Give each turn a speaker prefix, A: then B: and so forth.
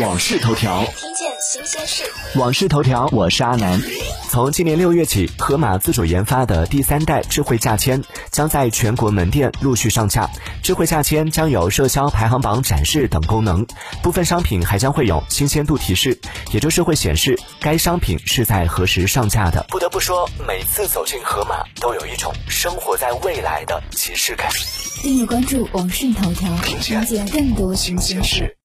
A: 往事头条，
B: 听见新鲜事。
A: 往事头条，我是阿南。从今年六月起，盒马自主研发的第三代智慧价签将在全国门店陆续上架。智慧价签将有热销排行榜展示等功能，部分商品还将会有新鲜度提示，也就是会显示该商品是在何时上架的。不得不说，每次走进盒马，都有一种生活在未来的即视感。
C: 订阅关注网讯头条，了解更多新鲜事。